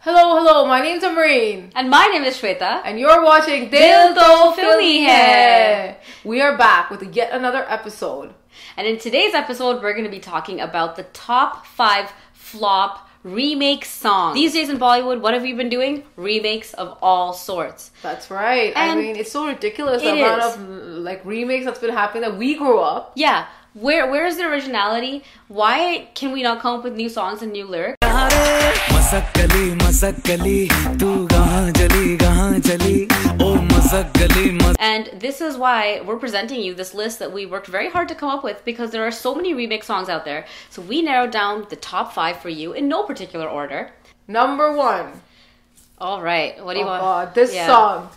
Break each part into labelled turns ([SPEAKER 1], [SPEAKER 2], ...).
[SPEAKER 1] Hello, hello, my name's Amarin.
[SPEAKER 2] And my name is Shweta.
[SPEAKER 1] And you're watching
[SPEAKER 2] Dil
[SPEAKER 1] Dildo
[SPEAKER 2] To
[SPEAKER 1] Filmy
[SPEAKER 2] Filmy
[SPEAKER 1] Hair. We are back with yet another episode.
[SPEAKER 2] And in today's episode, we're going to be talking about the top five flop remake songs. These days in Bollywood, what have we been doing? Remakes of all sorts.
[SPEAKER 1] That's right. I
[SPEAKER 2] And
[SPEAKER 1] mean, it's so ridiculous the
[SPEAKER 2] it
[SPEAKER 1] amount
[SPEAKER 2] is.
[SPEAKER 1] of like remakes that's been happening that we grew up.
[SPEAKER 2] Yeah, where where is the originality? Why can we not come up with new songs and new lyrics?
[SPEAKER 3] Masakkali Masakkali तू कहाँ चली कहाँ चली ओ मसक्कली मस
[SPEAKER 2] And this is why we're presenting you this list that we worked very hard to come up with because there are so many remake songs out there. So we narrowed down the top five for you in no particular order.
[SPEAKER 1] Number one.
[SPEAKER 2] All right, what do
[SPEAKER 1] Oh
[SPEAKER 2] you want?
[SPEAKER 1] God, this
[SPEAKER 2] Yeah.
[SPEAKER 1] song.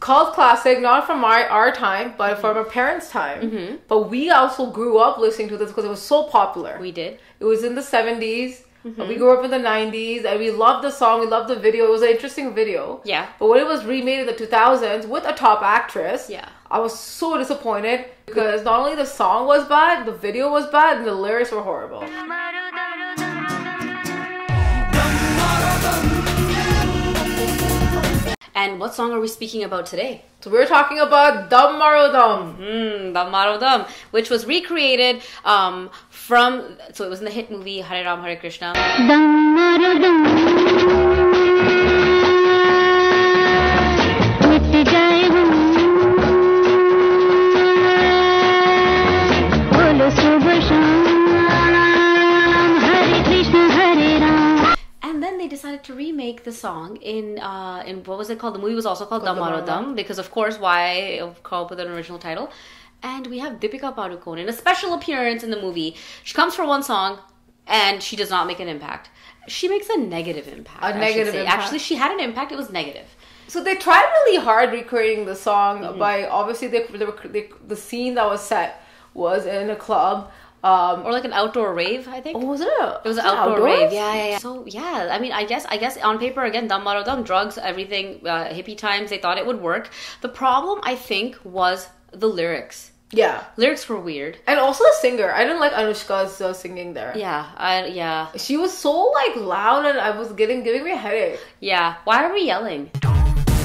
[SPEAKER 1] Cult classic, not from our, our time,
[SPEAKER 2] Mm-hmm.
[SPEAKER 1] but from our parents' time. But we also grew up listening to this because it was so popular.
[SPEAKER 2] We did.
[SPEAKER 1] It was in the 70s.
[SPEAKER 2] Mm-hmm.
[SPEAKER 1] We grew up in the 90s and we loved the song. We loved the video. It was an interesting video.
[SPEAKER 2] Yeah.
[SPEAKER 1] But when it was remade in the 2000s with a top actress,
[SPEAKER 2] Yeah.
[SPEAKER 1] I was so disappointed because not only the song was bad, the video was bad, and the lyrics were horrible.
[SPEAKER 2] And what song are we speaking about today?
[SPEAKER 1] So we're talking about Dum Maro Dum.
[SPEAKER 2] Mm, Damaro Dam, which was recreated um, from, so it was in the hit movie Hare Ram Hare Krishna. And then they decided to remake the song in, uh, in what was it called? The movie was also called Damaro Dam, because of course, why come up with an original title? And we have Deepika Padukone in a special appearance in the movie. She comes for one song and she does not make an impact. She makes a negative impact.
[SPEAKER 1] A
[SPEAKER 2] I should
[SPEAKER 1] negative
[SPEAKER 2] say.
[SPEAKER 1] impact.
[SPEAKER 2] Actually, she had an impact, it was negative.
[SPEAKER 1] So they tried really hard recreating the song
[SPEAKER 2] Mm-hmm.
[SPEAKER 1] by obviously they, they, were- they, the scene that was set was in a club. Um,
[SPEAKER 2] Or like an outdoor rave, I think.
[SPEAKER 1] or was it a?
[SPEAKER 2] It was an outdoor rave. Yeah, yeah, yeah. So yeah, I mean, I guess, I guess on paper again, dumb maro dumb, drugs, everything, uh, hippie times. They thought it would work. The problem, I think, was the lyrics.
[SPEAKER 1] Yeah.
[SPEAKER 2] Lyrics were weird.
[SPEAKER 1] And also the singer. I didn't like Anushka's uh, singing there.
[SPEAKER 2] Yeah, I, yeah,
[SPEAKER 1] She was so like loud and I was getting giving me a headache.
[SPEAKER 2] yeah. Why are we yelling?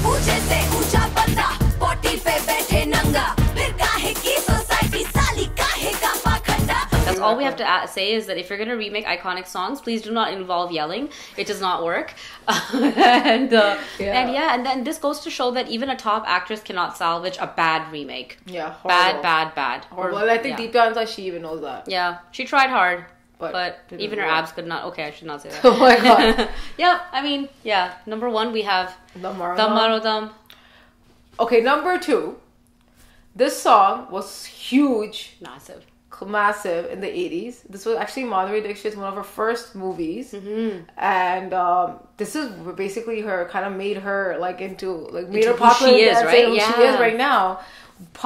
[SPEAKER 4] ऊंचे से ऊंचा बंदा पोटी पे बैठे नंगा फिर काहे की सोसाइटी साली काहे का पाखंडा
[SPEAKER 2] That's all we have to a- say is that if you're gonna remake iconic songs, please do not involve yelling. It does not work. and uh,
[SPEAKER 1] Yeah.
[SPEAKER 2] and yeah, and then this goes to show that even a top actress cannot salvage a bad remake.
[SPEAKER 1] Yeah,
[SPEAKER 2] Bad,
[SPEAKER 1] horrible.
[SPEAKER 2] bad, bad. Or-
[SPEAKER 1] well, I think
[SPEAKER 2] yeah.
[SPEAKER 1] deep down inside she even knows that.
[SPEAKER 2] Yeah, she tried hard,
[SPEAKER 1] But
[SPEAKER 2] but,
[SPEAKER 1] didn't
[SPEAKER 2] even her
[SPEAKER 1] work.
[SPEAKER 2] abs could not. Okay, I should not say that.
[SPEAKER 1] Oh my God.
[SPEAKER 2] yeah, I mean, yeah. Number one, we have
[SPEAKER 1] The Mara Dum.
[SPEAKER 2] Damarodam.
[SPEAKER 1] Okay, number two. This song was huge,
[SPEAKER 2] Massive.
[SPEAKER 1] massive in the 80s. This was actually Madhuri Dixit's one of her first movies.
[SPEAKER 2] Mm-hmm.
[SPEAKER 1] And um, this is basically her kind of made her like into like made her
[SPEAKER 2] Into who she
[SPEAKER 1] popular
[SPEAKER 2] is,
[SPEAKER 1] that's it, Who
[SPEAKER 2] right?
[SPEAKER 1] she
[SPEAKER 2] Yeah.
[SPEAKER 1] is right now.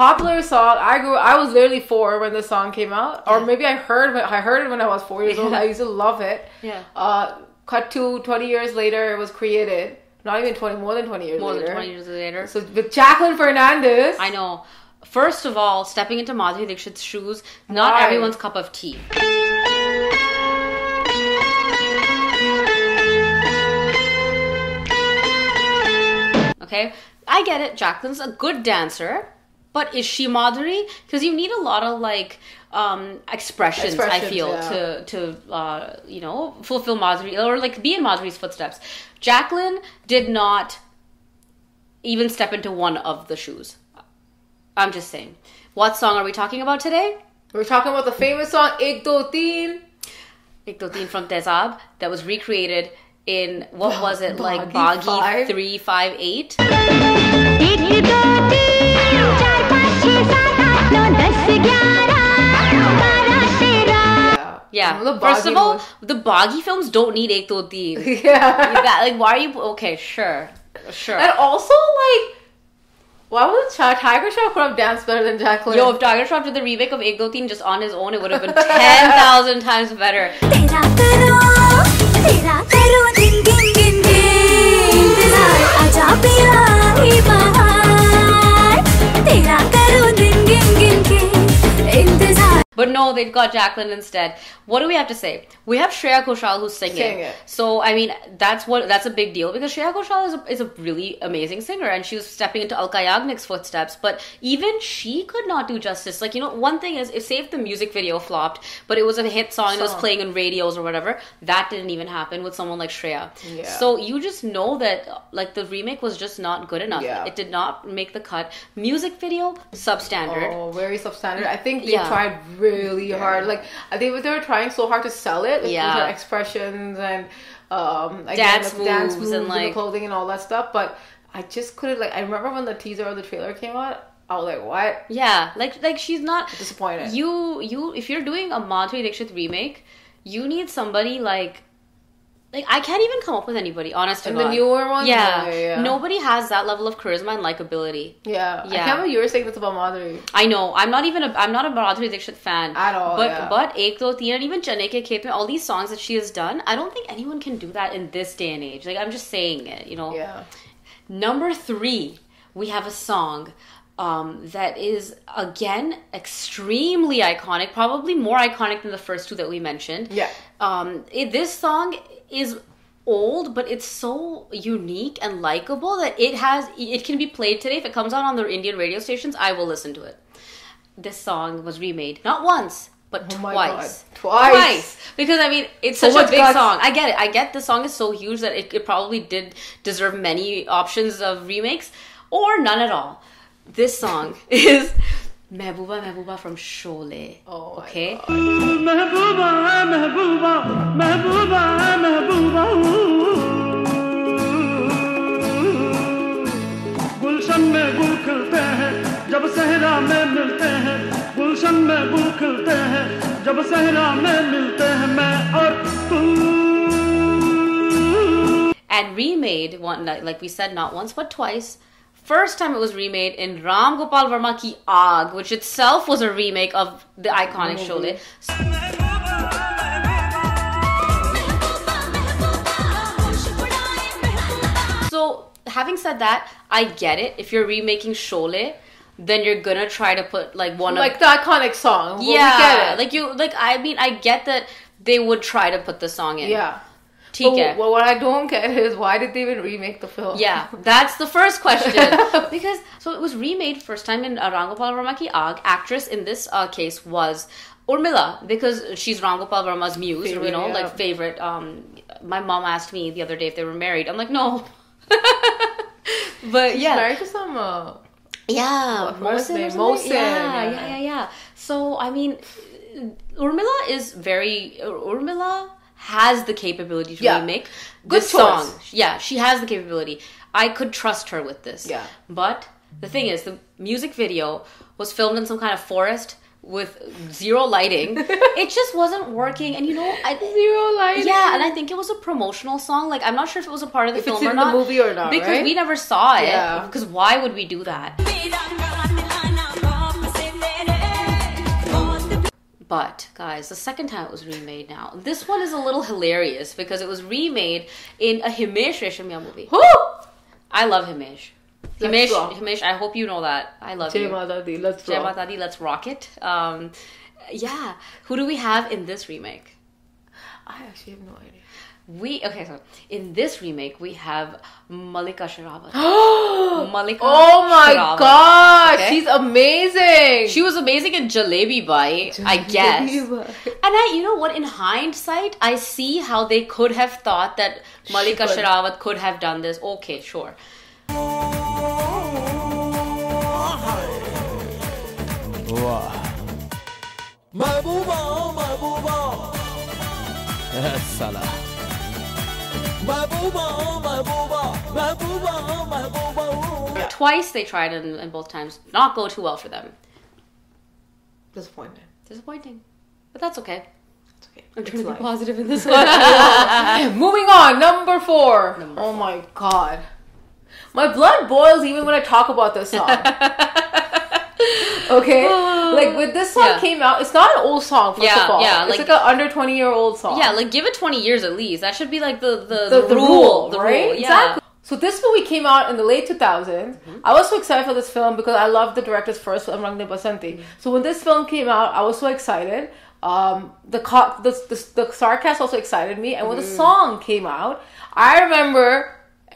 [SPEAKER 1] Popular song. I grew. I was literally four when the song came out, or maybe I heard. I heard it when I was four years old.
[SPEAKER 2] Yeah.
[SPEAKER 1] I used to love it.
[SPEAKER 2] Yeah.
[SPEAKER 1] Uh, cut to 20 years later, it was created. Not even 20, more than 20 years
[SPEAKER 2] More
[SPEAKER 1] later.
[SPEAKER 2] than 20 years later.
[SPEAKER 1] So with Jacqueline Fernandez.
[SPEAKER 2] I know. First of all, stepping into Madhuri Dixit's shoes, not
[SPEAKER 1] Why?
[SPEAKER 2] everyone's cup of tea. Okay, I get it. Jacqueline's a good dancer, but is she Madhuri? Because you need a lot of like um, expressions, I
[SPEAKER 1] Expressions,
[SPEAKER 2] feel,
[SPEAKER 1] yeah.
[SPEAKER 2] to to uh, you know fulfill Madhuri or like be in Madhuri's footsteps. Jacqueline did not even step into one of the shoes. I'm just saying. What song are we talking about today?
[SPEAKER 1] We're talking about the famous song Ek Do Teen.
[SPEAKER 2] Nikdotin from Tezab that was recreated in what was it like
[SPEAKER 1] Bhagi
[SPEAKER 2] Boggy
[SPEAKER 1] five?
[SPEAKER 2] 358?
[SPEAKER 1] Yeah.
[SPEAKER 2] Yeah.
[SPEAKER 1] Some of the
[SPEAKER 2] First of
[SPEAKER 1] Bhagi
[SPEAKER 2] all,
[SPEAKER 1] was-
[SPEAKER 2] the Boggy films don't need Ek Do Teen.
[SPEAKER 1] yeah.
[SPEAKER 2] that, like, why are you. Okay, sure. Sure.
[SPEAKER 1] And also, like, why would Ch- Tiger Shah could have danced better than Jacqueline?
[SPEAKER 2] Yo, if Tiger Shroff did the remake of Ek Do Teen just on his own, it would have been 10,000 times better.
[SPEAKER 4] तेरा करो तेरा करो दिन दिन दिन दिन इंतजार आजा पिया ही बहार तेरा करो दिन दिन दिन के इंतजार
[SPEAKER 2] But no, they've got Jacqueline instead. What do we have to say? We have Shreya Koshal who's singing.
[SPEAKER 1] Singing.
[SPEAKER 2] So I mean, that's what that's a big deal because Shreya Koshal is a, is a really amazing singer, and she was stepping into Alka Yagnik's footsteps. But even she could not do justice. Like you know, one thing is, if say if the music video flopped, but it was a hit song, it was
[SPEAKER 1] Song.
[SPEAKER 2] playing on radios or whatever, that didn't even happen with someone like Shreya.
[SPEAKER 1] Yeah.
[SPEAKER 2] So you just know that like the remake was just not good enough.
[SPEAKER 1] Yeah.
[SPEAKER 2] It did not make the cut. Music video substandard.
[SPEAKER 1] Oh, very substandard. I think they
[SPEAKER 2] Yeah.
[SPEAKER 1] tried really hard. Like I think they were trying so hard to sell it. Like,
[SPEAKER 2] Yeah.
[SPEAKER 1] with her expressions and um, again,
[SPEAKER 2] Dance
[SPEAKER 1] like,
[SPEAKER 2] moves and, like-
[SPEAKER 1] the clothing and all that stuff. But I just couldn't. Like I remember when the teaser or the trailer came out, I was like, "What?"
[SPEAKER 2] Yeah, like like she's not
[SPEAKER 1] Disappointed.
[SPEAKER 2] You you if you're doing a Madhuri Dixit remake, you need somebody like like I can't even come up with anybody. Honest to
[SPEAKER 1] And the
[SPEAKER 2] God.
[SPEAKER 1] newer ones? Oh,
[SPEAKER 2] yeah.
[SPEAKER 1] Yeah, yeah.
[SPEAKER 2] nobody has that level of charisma and likability.
[SPEAKER 1] Yeah, I
[SPEAKER 2] Yeah.
[SPEAKER 1] can't believe you were saying this about Madhuri.
[SPEAKER 2] I know I'm not even a I'm not a Madhuri Dixit fan
[SPEAKER 1] At all,
[SPEAKER 2] But
[SPEAKER 1] yeah.
[SPEAKER 2] but Ek Do Teen and even Chane Ke Kheet Mein, all these songs that she has done, I don't think anyone can do that in this day and age. Like I'm just saying it, you know.
[SPEAKER 1] Yeah,
[SPEAKER 2] Number three, we have a song um, that is again extremely iconic, probably more iconic than the first two that we mentioned.
[SPEAKER 1] Yeah.
[SPEAKER 2] Um, it, this song is old, but it's so unique and likable that it has it can be played today. If it comes out on the Indian radio stations, I will listen to it. This song was remade not once but
[SPEAKER 1] Oh my God.
[SPEAKER 2] twice.
[SPEAKER 1] Twice.
[SPEAKER 2] Because I mean, it's
[SPEAKER 1] So
[SPEAKER 2] such a
[SPEAKER 1] much
[SPEAKER 2] big
[SPEAKER 1] guts.
[SPEAKER 2] song. I get it. I get the song is so huge that it, it probably did deserve many options of remakes or none at all. This song is Mehbooba Mehbooba from Sholay.
[SPEAKER 1] Oh my
[SPEAKER 2] okay.
[SPEAKER 5] महबूबा महबूबा महबूबा महबूबा गुलशन में गुल खिलते हैं जब सहरा में मिलते हैं गुलशन में गुल खिलते हैं जब सहरा में मिलते हैं मैं और तू
[SPEAKER 2] and remade one like, like we said not once but twice first time it was remade in ram gopal varma ki aag which itself was a remake of the iconic sholay
[SPEAKER 4] महबूबा महबूबा होश उड़ाए महबूबा
[SPEAKER 2] so having said that i get it if you're remaking sholay then you're gonna try to put like one of
[SPEAKER 1] like the iconic song. Well,
[SPEAKER 2] yeah
[SPEAKER 1] we get it.
[SPEAKER 2] like you like i mean i get that they would try to put the song in
[SPEAKER 1] yeah.
[SPEAKER 2] Theek hai.
[SPEAKER 1] But, well, what I don't get is why did they even remake the film?
[SPEAKER 2] Yeah, that's the first question. because so it was remade first time in uh, Rangopal Verma ki Aag. Actress in this uh, case was Urmila because she's Rangopal Verma's muse. you
[SPEAKER 1] Favorite,
[SPEAKER 2] know,
[SPEAKER 1] yeah.
[SPEAKER 2] like favorite. Um, my mom asked me the other day if they were married. I'm like, no. but yeah,
[SPEAKER 1] married to some. Uh,
[SPEAKER 2] yeah,
[SPEAKER 1] What was
[SPEAKER 2] Mosin.
[SPEAKER 1] his
[SPEAKER 2] or
[SPEAKER 1] name?
[SPEAKER 2] something?
[SPEAKER 1] Mohsen,
[SPEAKER 2] Yeah,
[SPEAKER 1] yeah.
[SPEAKER 2] yeah, yeah, yeah. So I mean, Urmila is very Ur- Urmila has the capability to
[SPEAKER 1] Yeah.
[SPEAKER 2] remake
[SPEAKER 1] Good
[SPEAKER 2] this
[SPEAKER 1] choice.
[SPEAKER 2] song. Yeah, she has the capability. I could trust her with this.
[SPEAKER 1] Yeah.
[SPEAKER 2] But the thing is, the music video was filmed in some kind of forest with zero lighting. it just wasn't working, and you know, I,
[SPEAKER 1] zero lighting.
[SPEAKER 2] yeah, and I think it was a promotional song. Like I'm not sure if it was a part of the
[SPEAKER 1] If
[SPEAKER 2] film
[SPEAKER 1] it's in
[SPEAKER 2] or
[SPEAKER 1] the
[SPEAKER 2] not,
[SPEAKER 1] movie or not,
[SPEAKER 2] because
[SPEAKER 1] right?
[SPEAKER 2] we never saw it.
[SPEAKER 1] Yeah.
[SPEAKER 2] Because why would we do that?
[SPEAKER 4] मेरा गान आना बाप से मेरे बहुत
[SPEAKER 2] But guys, the second time it was remade now. This one is a little hilarious because it was remade in a Himesh Reshamiya movie.
[SPEAKER 1] Who?
[SPEAKER 2] I love Himesh. Himesh,
[SPEAKER 1] Let's rock.
[SPEAKER 2] Himesh, I hope you know that. I love
[SPEAKER 1] Jay
[SPEAKER 2] you.
[SPEAKER 1] Mata Di, let's
[SPEAKER 2] Jai
[SPEAKER 1] rock.
[SPEAKER 2] Mata Di, let's rock it. Um, yeah. Who do we have in this remake?
[SPEAKER 1] I actually have no idea.
[SPEAKER 2] We okay, so in this remake we have Malika Sharawat. Malika
[SPEAKER 1] oh my
[SPEAKER 2] Sherawat.
[SPEAKER 1] god,
[SPEAKER 2] Okay.
[SPEAKER 1] she's amazing.
[SPEAKER 2] She was amazing in Jalebi Bai, I guess.
[SPEAKER 1] Jalebi Bai.
[SPEAKER 2] And I, you know what? In hindsight, I see how they could have thought that Malika
[SPEAKER 1] Sure.
[SPEAKER 2] Sharawat could have done this. Okay, sure.
[SPEAKER 6] महबूबा ओ महबूबा
[SPEAKER 3] साला
[SPEAKER 6] महबूबा ओ महबूबा महबूबा ओ महबूबा ओ।
[SPEAKER 2] Twice they tried, and, and both times not go too well for them.
[SPEAKER 1] disappointed.
[SPEAKER 2] Disappointing, but that's okay.
[SPEAKER 1] It's okay.
[SPEAKER 2] I'm
[SPEAKER 1] It's
[SPEAKER 2] trying to be
[SPEAKER 1] life.
[SPEAKER 2] positive in this one.
[SPEAKER 1] Moving on, number four. oh my god. My blood boils even when I talk about this song. okay? Like when this song
[SPEAKER 2] Yeah.
[SPEAKER 1] came out, it's not an old song, first
[SPEAKER 2] Yeah,
[SPEAKER 1] of all.
[SPEAKER 2] yeah,
[SPEAKER 1] it's
[SPEAKER 2] like-
[SPEAKER 1] like an under 20 year old song.
[SPEAKER 2] yeah, like give it wenty years at least. That should be like the the,
[SPEAKER 1] the, the rule,
[SPEAKER 2] the
[SPEAKER 1] right?
[SPEAKER 2] rule. Yeah.
[SPEAKER 1] Exactly. So this movie came out in the late 2000s.
[SPEAKER 2] Mm-hmm.
[SPEAKER 1] I was so excited for this film because I loved the director's first film, Rang De Basanti.
[SPEAKER 2] Mm-hmm.
[SPEAKER 1] So when this film came out, I was so excited. Um, the, co- the, the the sarcasm also excited me, and when the
[SPEAKER 2] Mm-hmm.
[SPEAKER 1] song came out, I remember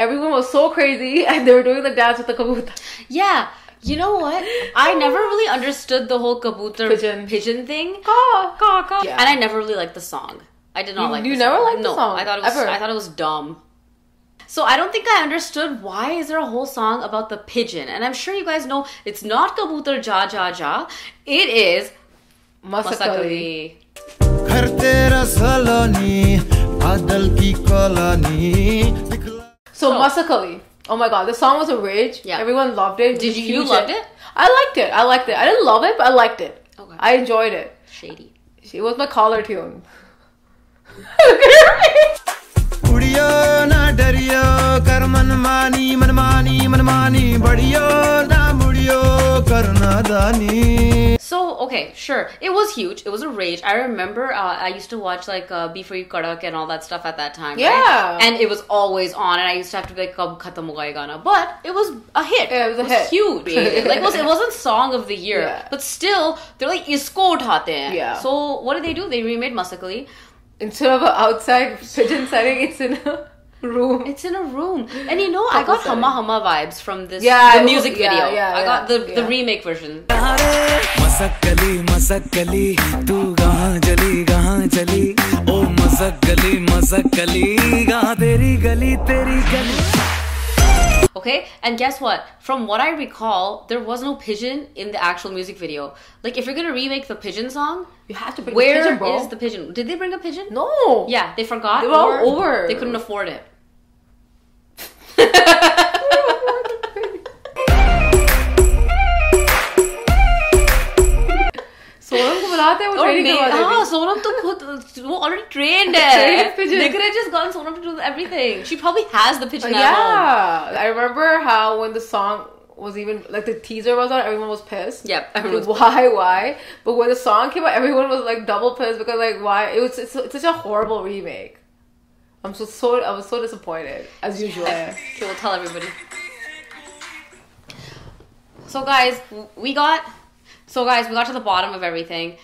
[SPEAKER 1] everyone was so crazy and they were doing the dance with the kabuta.
[SPEAKER 2] Yeah. You know what? I never really understood the whole kabutar
[SPEAKER 1] Pigeon.
[SPEAKER 2] pigeon thing.
[SPEAKER 1] Caw, caw, caw.
[SPEAKER 2] And I never really liked the song. I did not
[SPEAKER 1] You-
[SPEAKER 2] like.
[SPEAKER 1] you
[SPEAKER 2] the
[SPEAKER 1] never
[SPEAKER 2] song.
[SPEAKER 1] liked the
[SPEAKER 2] no,
[SPEAKER 1] song,
[SPEAKER 2] I thought it was.
[SPEAKER 1] ever.
[SPEAKER 2] I thought it was dumb. So I don't think I understood why is there a whole song about the pigeon, and I'm sure you guys know it's not kabutar ja ja ja. It is
[SPEAKER 1] Masakali.
[SPEAKER 2] masakali.
[SPEAKER 3] घर तेरा सलोनी बादल की colony दिखला
[SPEAKER 1] So, Masakali. Oh my god, the song was a rage.
[SPEAKER 2] Yeah.
[SPEAKER 1] Everyone loved it. It
[SPEAKER 2] Did
[SPEAKER 1] was a
[SPEAKER 2] you- you
[SPEAKER 1] huge
[SPEAKER 2] loved
[SPEAKER 1] hit.
[SPEAKER 2] it?
[SPEAKER 1] I liked it. I liked it. I didn't love it, but I liked it.
[SPEAKER 2] Okay.
[SPEAKER 1] I enjoyed it.
[SPEAKER 2] Shady.
[SPEAKER 1] It was my collar tune. Look at her face.
[SPEAKER 3] उड़ियो ना डरियो कर मनमानी मनमानी मनमानी बढ़ियो ना मुड़ियो करना दानी
[SPEAKER 2] So okay, sure, it was huge. It was a rage. I remember uh, I used to watch like uh, Before You Karak and all that stuff at that time. right?
[SPEAKER 1] Yeah.
[SPEAKER 2] and it was always on, and I used to have to be like "Kab khatam hoga ye gaana," but it was a hit.
[SPEAKER 1] Yeah, it was a hit.
[SPEAKER 2] Huge. like it, was, it wasn't song of the year,
[SPEAKER 1] Yeah.
[SPEAKER 2] but still they're like isko uthate hain.
[SPEAKER 1] Yeah.
[SPEAKER 2] So what did they do? They remade Masakali.
[SPEAKER 1] Instead of an outside pigeon setting, it's in a room.
[SPEAKER 2] It's in a room, and you know I got
[SPEAKER 1] Couple
[SPEAKER 2] hama hama vibes from this.
[SPEAKER 1] Yeah,
[SPEAKER 2] the
[SPEAKER 1] it was-
[SPEAKER 2] music
[SPEAKER 1] yeah,
[SPEAKER 2] video.
[SPEAKER 1] yeah,
[SPEAKER 2] I got the
[SPEAKER 1] yeah,
[SPEAKER 2] the
[SPEAKER 1] yeah.
[SPEAKER 2] remake version.
[SPEAKER 3] मसक गली मसक गली तू कहाँ चली कहाँ चली ओ मसक गली मसक गली कहाँ तेरी गली तेरी गली
[SPEAKER 2] Okay, and guess what? From what I recall, there was no pigeon in the actual music video. Like, if you're gonna remake the pigeon song,
[SPEAKER 1] You have to bring the
[SPEAKER 2] where is
[SPEAKER 1] pigeon, bro.
[SPEAKER 2] the pigeon? Did they bring a pigeon?
[SPEAKER 1] no.
[SPEAKER 2] Yeah, they forgot.
[SPEAKER 1] They were all
[SPEAKER 2] or
[SPEAKER 1] over.
[SPEAKER 2] They couldn't afford it.
[SPEAKER 1] So, को बुलाते हैं वो
[SPEAKER 2] Or
[SPEAKER 1] training
[SPEAKER 2] may-
[SPEAKER 1] करवा
[SPEAKER 2] ah,
[SPEAKER 1] देती.
[SPEAKER 2] Sonam to put, वो already trained
[SPEAKER 1] Trained
[SPEAKER 2] it.
[SPEAKER 1] pigeon.
[SPEAKER 2] They could have just gotten Sonam to do everything. She probably has the pigeon at home.
[SPEAKER 1] Yeah. I remember how when the song was even like the teaser was on, everyone was pissed.
[SPEAKER 2] Yep, everyone
[SPEAKER 1] Like,
[SPEAKER 2] was-
[SPEAKER 1] why, why? But when the song came out, everyone was like double pissed because like why? It was it's, it's such a horrible remake. I'm so so I was so disappointed as usual.
[SPEAKER 2] Okay, we'll tell everybody. So guys, w- we got so guys, we got to the bottom of everything.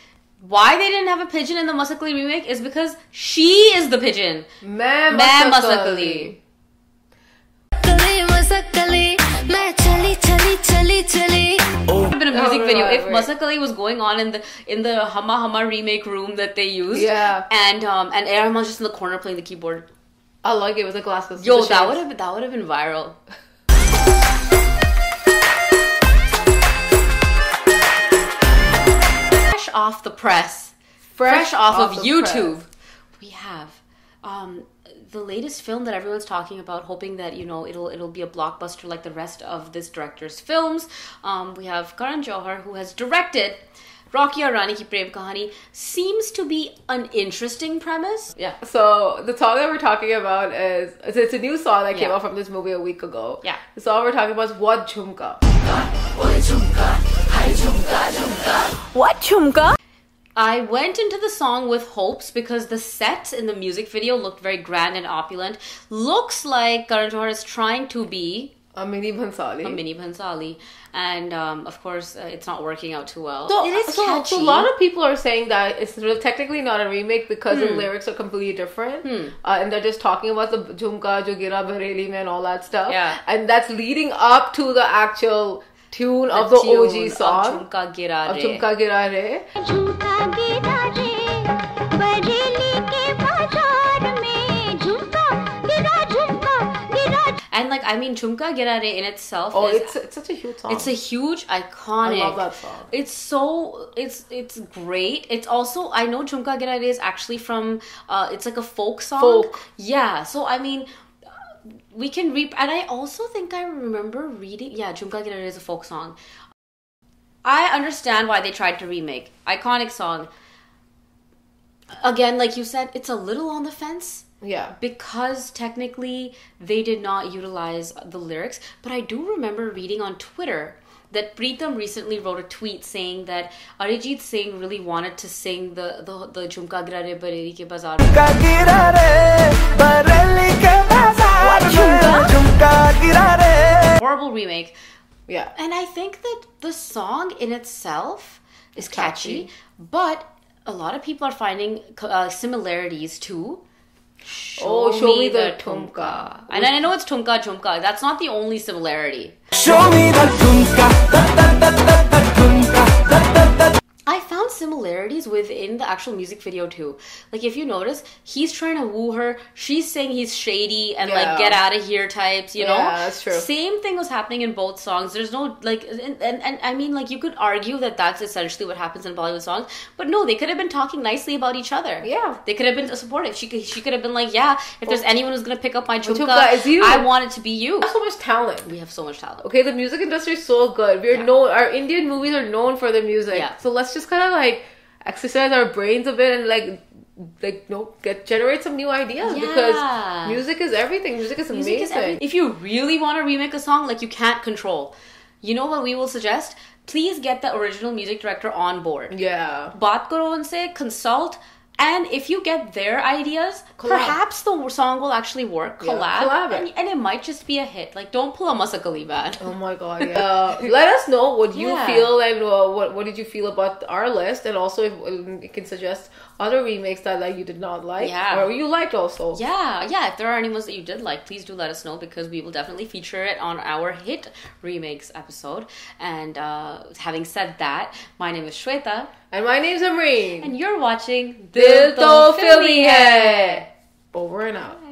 [SPEAKER 2] Why they didn't have a pigeon in the Musically remake is because she is the pigeon.
[SPEAKER 1] Man,
[SPEAKER 2] Man
[SPEAKER 1] Masakali.
[SPEAKER 4] कली मसकली मैं चली चली चली चली
[SPEAKER 2] It would have been a music
[SPEAKER 1] no,
[SPEAKER 2] video
[SPEAKER 1] no,
[SPEAKER 2] if
[SPEAKER 1] wait.
[SPEAKER 2] Masakali was going on in the in the Hama Hama remake room that they used.
[SPEAKER 1] Yeah.
[SPEAKER 2] And um and Erman's just in the corner playing the keyboard.
[SPEAKER 1] I like it with the glasses.
[SPEAKER 2] Yo,
[SPEAKER 1] The
[SPEAKER 2] that
[SPEAKER 1] shades.
[SPEAKER 2] would have that would have been viral. Fresh off the press. fresh, off, of
[SPEAKER 1] the
[SPEAKER 2] YouTube,
[SPEAKER 1] press.
[SPEAKER 2] we have um, the latest film that everyone's talking about, hoping that you know it'll it'll be a blockbuster like the rest of this director's films. Um, we have Karan Johar, who has directed. Rocky or Rani Ki Prem Kahani seems to be an interesting premise. Yeah.
[SPEAKER 1] So the song that we're talking about is it's, it's a new song that came
[SPEAKER 2] Yeah.
[SPEAKER 1] out from this movie a week ago.
[SPEAKER 2] Yeah.
[SPEAKER 1] The song we're talking about is What Chumka.
[SPEAKER 2] I went into the song with hopes because the set in the music video looked very grand and opulent. Looks like Karan Johar is trying to be
[SPEAKER 1] A mini Bhansali.
[SPEAKER 2] a mini Bhansali, and um, of course, uh, it's not working out too well.
[SPEAKER 1] So,
[SPEAKER 2] it is
[SPEAKER 1] so,
[SPEAKER 2] catchy.
[SPEAKER 1] so a lot of people are saying that it's re- technically not a remake because
[SPEAKER 2] Hmm.
[SPEAKER 1] the lyrics are completely different, uh, and they're just talking about the Jhumka, Jugira, Bareli and all that stuff.
[SPEAKER 2] Yeah.
[SPEAKER 1] and that's leading up to the actual tune of the
[SPEAKER 2] tune
[SPEAKER 1] OG song
[SPEAKER 2] of Jhumka Gira
[SPEAKER 1] of
[SPEAKER 2] Re.
[SPEAKER 1] Jhumka Gira Re.
[SPEAKER 7] झुमका गिरा रे बरेली के बाजार में झुमका गिरा झुमका गिरा
[SPEAKER 2] And like, I mean, Chumka Gira Re in itself
[SPEAKER 1] Oh,
[SPEAKER 2] is
[SPEAKER 1] it's it's such a huge song.
[SPEAKER 2] it's a huge iconic.
[SPEAKER 1] I love that song.
[SPEAKER 2] It's so it's it's great. It's also I know Chumka Gira Re is actually from uh, it's like a folk song.
[SPEAKER 1] Folk.
[SPEAKER 2] Yeah. So I mean. uh, We can reap, and I also think I remember reading. Yeah, Jhumka Gira Re is a folk song. I understand why they tried to remake iconic song. Again, like you said, it's a little on the fence
[SPEAKER 1] yeah.
[SPEAKER 2] because technically they did not utilize the lyrics but i do remember reading on twitter that Pritham recently wrote a tweet saying that Arijit Singh really wanted to sing the the, the Jhumka Gira Re Bareli Ke Bazaar.
[SPEAKER 3] का गिरा रे बरेली के बाजार में झुमका
[SPEAKER 2] make.
[SPEAKER 1] Yeah.
[SPEAKER 2] And I think that the song in itself is catchy,
[SPEAKER 1] Catchy.
[SPEAKER 2] but a lot of people are finding co- uh, similarities to. Show
[SPEAKER 1] Oh, Show Me the Tumka.
[SPEAKER 2] And I know it's Tumka Tumka. That's not the only similarity.
[SPEAKER 3] Show me the dunka, da da da da da dunka, da da da.
[SPEAKER 2] I found similarities within the actual music video too. Like if you notice, he's trying to woo her, she's saying he's shady and like
[SPEAKER 1] Yeah.
[SPEAKER 2] get out of here types, you know.
[SPEAKER 1] Yeah, that's true.
[SPEAKER 2] Same thing was happening in both songs. There's no like, and, and and I mean like you could argue that that's essentially what happens in Bollywood songs, but no, they could have been talking nicely about each other.
[SPEAKER 1] Yeah.
[SPEAKER 2] they could have been supportive. She could, she could have been like, yeah, if there's anyone who's gonna pick up my chukka,
[SPEAKER 1] chukka, it's you."
[SPEAKER 2] I want it to be you.
[SPEAKER 1] That's so much talent.
[SPEAKER 2] We have so much talent.
[SPEAKER 1] Okay, the music industry is so good. We're
[SPEAKER 2] Yeah.
[SPEAKER 1] known. Our Indian movies are known for their music.
[SPEAKER 2] Yeah.
[SPEAKER 1] So let's just kind of like exercise our brains a bit and like, like no, get generate some new ideas
[SPEAKER 2] Yeah.
[SPEAKER 1] because music is everything. Music is
[SPEAKER 2] Music is
[SPEAKER 1] amazing.
[SPEAKER 2] everything. If you really want to remake a song, like you can't control, you know what we will suggest? Please get the original music director on board.
[SPEAKER 1] yeah.
[SPEAKER 2] Baat karo unse, consult, and if you get their ideas,
[SPEAKER 1] Collab.
[SPEAKER 2] perhaps the song will actually work.
[SPEAKER 1] Yeah,
[SPEAKER 2] Collab,
[SPEAKER 1] collab it.
[SPEAKER 2] And, and it might just be a hit. Like don't pull a Masakali bad.
[SPEAKER 1] Oh my god! Yeah. Uh, let us know what you
[SPEAKER 2] Yeah.
[SPEAKER 1] feel and uh, what what did you feel about our list, and also if um, you can suggest other remakes that like you did not like
[SPEAKER 2] Yeah.
[SPEAKER 1] or you liked also.
[SPEAKER 2] Yeah, yeah. If there are any ones that you did like, please do let us know because we will definitely feature it on our hit remakes episode. And uh, having said that, my name is Shweta.
[SPEAKER 1] And my name's Amreen.
[SPEAKER 2] And you're watching
[SPEAKER 1] Dil to
[SPEAKER 2] Dil To
[SPEAKER 1] Philly
[SPEAKER 2] Philly Hai.
[SPEAKER 1] Over and out.